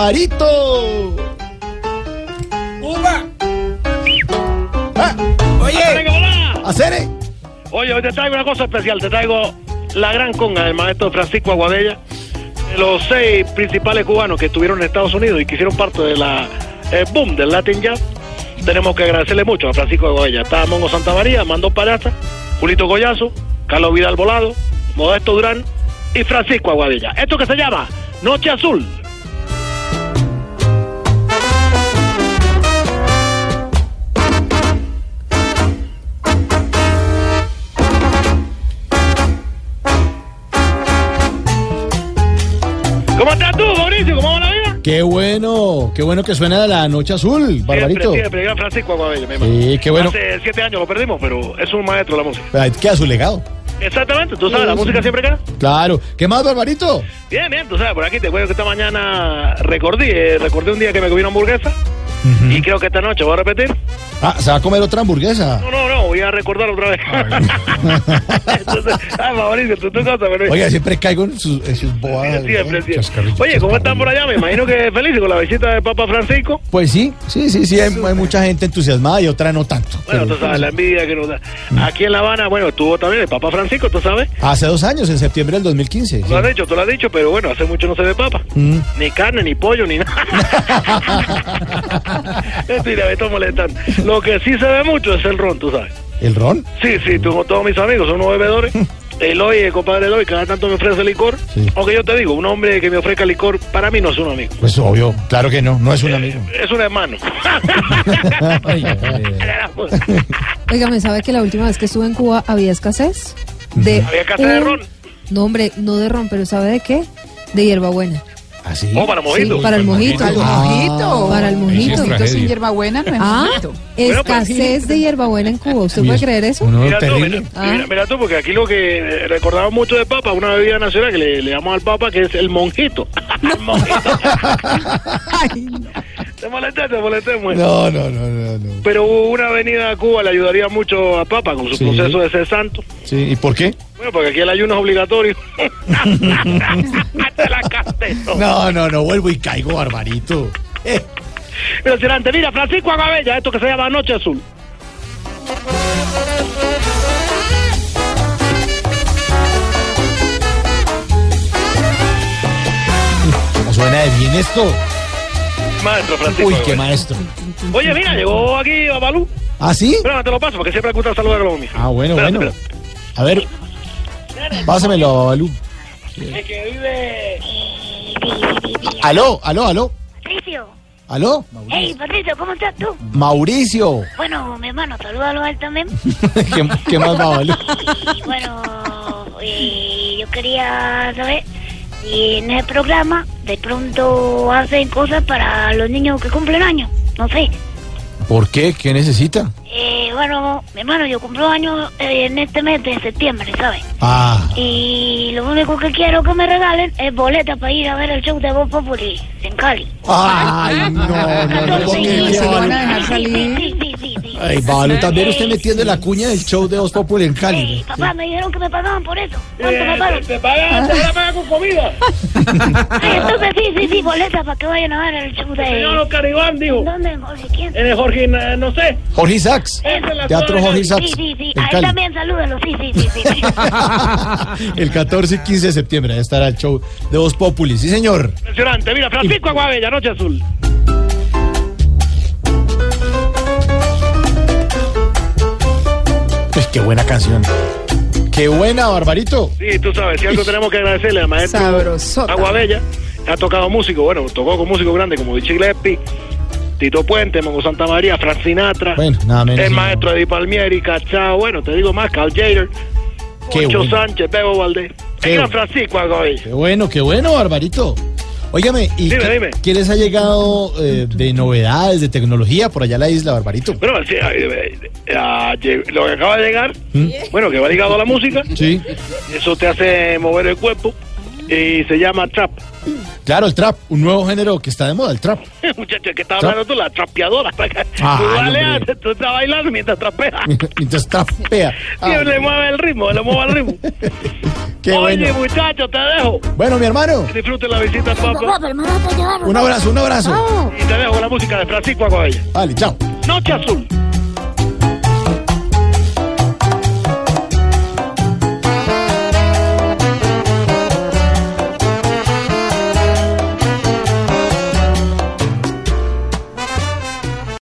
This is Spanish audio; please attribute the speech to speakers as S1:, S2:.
S1: Barbarito.
S2: ¡Uva!
S1: Ah,
S2: Oye,
S3: hola.
S1: ¡Acere!
S3: Oye, hoy te traigo una cosa especial. Te traigo la gran conga del maestro Francisco Aguadella. de Los seis principales cubanos que estuvieron en Estados Unidos y que hicieron parte de la el boom del Latin Jazz. Tenemos que agradecerle mucho a Francisco Aguadella. Está Mongo Santa María, Mando Paraza, Julito Goyazo, Carlos Vidal Volado, Modesto Durán y Francisco Aguadella. Esto que se llama Noche Azul. ¿Cómo estás tú, Mauricio? ¿Cómo va la vida?
S1: ¡Qué bueno! ¡Qué bueno que suena la noche azul, Barbarito!
S3: Siempre, siempre, gran Francisco Aguadella, mi hermano.
S1: Sí, qué bueno.
S3: Hace siete años lo perdimos, pero es un maestro de la música.
S1: Ahí queda su legado.
S3: Exactamente, tú sabes, la música siempre queda.
S1: Claro. ¿Qué más, Barbarito?
S3: Bien, bien, tú sabes, por aquí te cuento que esta mañana recordé, eh, recordé un día que me comí una hamburguesa y creo que esta noche voy a repetir.
S1: Ah, se va a comer otra hamburguesa.
S3: No, no, no, voy a recordar otra vez. Entonces, ay, Mauricio, tú, tú cosas, pero...
S1: Oiga, siempre caigo en sus, en sus bobadas.
S3: Sí, siempre,
S1: ¿no?
S3: siempre.
S1: Chascarrillo,
S3: Oye, ¿cómo
S1: chascarrillo.
S3: están por allá? Me imagino que felices con la visita del Papa Francisco.
S1: Pues sí, sí, sí, sí, hay, hay mucha gente entusiasmada y otra no tanto.
S3: Bueno, tú
S1: pero-
S3: sabes, la envidia que nos da.
S1: Mm.
S3: Aquí en La Habana, bueno, estuvo también el Papa Francisco, tú sabes.
S1: Hace dos años, en septiembre del 2015.
S3: Tú
S1: sí.
S3: lo has dicho, tú lo has dicho, pero bueno, hace mucho no se ve papa.
S1: Mm.
S3: Ni carne, ni pollo, ni nada. Esto y la esto molestando. Lo que sí se ve mucho es el ron, tú sabes.
S1: ¿El ron?
S3: Sí, sí, tú con todos mis amigos, son unos bebedores. Eloy, el compadre Eloy, cada tanto me ofrece licor.
S1: Sí.
S3: Aunque yo te digo, un hombre que me ofrezca licor, para mí no es un amigo.
S1: Pues obvio, claro que no, no es un amigo.
S3: Es un hermano.
S4: Oiga, ¿me sabe que la última vez que estuve en Cuba había escasez? De
S3: ¿Había escasez de
S4: un-
S3: ron?
S4: No, hombre, no de ron, pero ¿sabe de qué? De hierbabuena.
S1: ¿Así?
S3: Oh, para
S4: Sí,
S3: mojito.
S4: para el mojito.
S5: Al mojito.
S4: Ah, Para el mojito.
S5: mojito sin hierbabuena no es
S4: Ah,
S5: mojito.
S3: Bueno, pues,
S4: escasez de hierbabuena en Cuba. ¿Usted puede creer eso?
S1: Uno
S3: Mira tú, mira,
S1: terrible. Ah.
S3: mira- mira tú, porque aquí lo que eh, recordamos mucho de Papa, una bebida nacional que le, le damos al Papa, que es el monjito. el monjito. Te molesté, te molesté, mujer.
S1: No, no, no, no, no.
S3: Pero una venida a Cuba le ayudaría mucho a Papa con su
S1: Sí.
S3: proceso de ser santo.
S1: Sí, ¿y por qué?
S3: Bueno, porque aquí el ayuno es obligatorio. Te la castezo.
S1: No, no, no, vuelvo y caigo, barbarito. Eh,
S3: Pero Cirante, mira, Francisco Agabella, esto que se llama Noche Azul.
S1: ¿Cómo suena de bien esto?
S3: Maestro Francisco.
S1: Uy, qué
S3: Agabella.
S1: maestro.
S3: Oye, mira, llegó aquí Babalú.
S1: ¿Ah, sí?
S3: Espérame, te lo paso, porque siempre me gusta saludar a los míos.
S1: Ah, bueno,
S3: Espérate,
S1: bueno.
S3: espérate.
S1: A ver, pásamelo, Alú.
S3: El que eh, vive.
S1: Aló, aló, aló.
S6: Patricio.
S1: ¿Aló?
S6: Hey, Patricio, ¿cómo estás tú?
S1: Mauricio.
S6: Bueno, mi hermano, salúdalo a él también.
S1: ¿Qué, qué más, Babalú?
S6: Y bueno, eh, yo quería saber si en el programa de pronto hacen cosas para los niños que cumplen años. No sé.
S1: ¿Por qué? ¿Qué necesita?
S6: Eh, bueno, mi hermano, yo cumplo años eh, en este mes de septiembre, ¿sabes?
S1: Ah,
S6: Y lo único que quiero que me regalen es boletas para ir a ver el show de Bob Populi en Cali.
S1: ay, no, no, no, no.
S6: Entonces,
S1: qué
S6: sí,
S1: bien,
S5: se lo van a
S1: Babalú.
S5: dejar salir.
S6: Sí, sí, sí, sí, sí.
S1: Ay, Babalú, también usted metiendo la cuña del show de Os Populi en
S6: Ey,
S1: Cali. ¿no?
S6: papá, me dijeron que me pagaban por eso. ¿Cuánto me
S3: Eh,
S6: pagan?
S3: te- te pagan, te van a pagar con comida.
S6: Ay, entonces sí, sí, sí, boleta para que vayan a ver el show
S3: eh. Señor
S6: de...
S3: Oscar Iván dijo.
S6: ¿Dónde? Jorge? ¿Quién?
S3: En el Jorge, eh, no sé.
S1: Jorge Isaacs.
S3: Esa es la
S1: Teatro
S3: zona.
S1: Jorge
S6: Sí,
S1: Isaacs.
S6: sí, sí.
S1: en
S6: A él
S1: Cali.
S6: también salúdalo, sí, sí, sí, sí. sí.
S1: el 14 y 15 de septiembre ahí estará el show de Voz Populi. Sí, señor.
S3: Impresionante. Mira, Francisco Aguabella, Noche Azul.
S1: Pues qué buena canción. Qué buena, Barbarito.
S3: Sí, tú sabes, si algo tenemos que agradecerle al maestro
S5: Sabrosota.
S3: Aguabella. Ha tocado músico, bueno, tocó con músicos grandes como Vichy Gillespie, Tito Puente, Mongo Santa María, Frank Sinatra,
S1: Bueno, nada menos.
S3: el
S1: sino-
S3: Eh, maestro Eddie Palmieri, Cachao, bueno, te digo más, Carl Jader,
S1: Qué
S3: Poncho
S1: bueno.
S3: Sánchez, Bebo Valdés,
S1: Qué
S3: el gran
S1: bueno.
S3: Francisco Aguabella.
S1: Qué bueno, qué bueno, Barbarito. Óigame, ¿y
S3: Dime,
S1: qué,
S3: dime.
S1: qué les ha llegado eh, de novedades, de tecnología por allá a la isla, Barbarito?
S3: Bueno, sí, eh, eh, ah, lle- lo que acaba de llegar, bueno, que va ligado a la música,
S1: ¿Mm? Sí.
S3: eso te hace mover el cuerpo y se llama trap.
S1: Claro, el trap, un nuevo género que está de moda, el trap.
S3: Muchacho, que estaba hablando tú, la trapeadora.
S1: Ah,
S3: tú, dale,
S1: hombre.
S3: hazte, tú estás bailando mientras trapea.
S1: Mientras trapea. Ah,
S3: Y le mueve el ritmo, le mueve el ritmo.
S1: qué
S3: Oye,
S1: bueno.
S3: muchacho, te dejo.
S1: Bueno, mi hermano,
S3: Disfruten la visita, papá.
S1: un abrazo, un abrazo.
S3: Y te dejo con la música de Francisco Aguabella.
S1: Vale, chao.
S3: Noche Azul.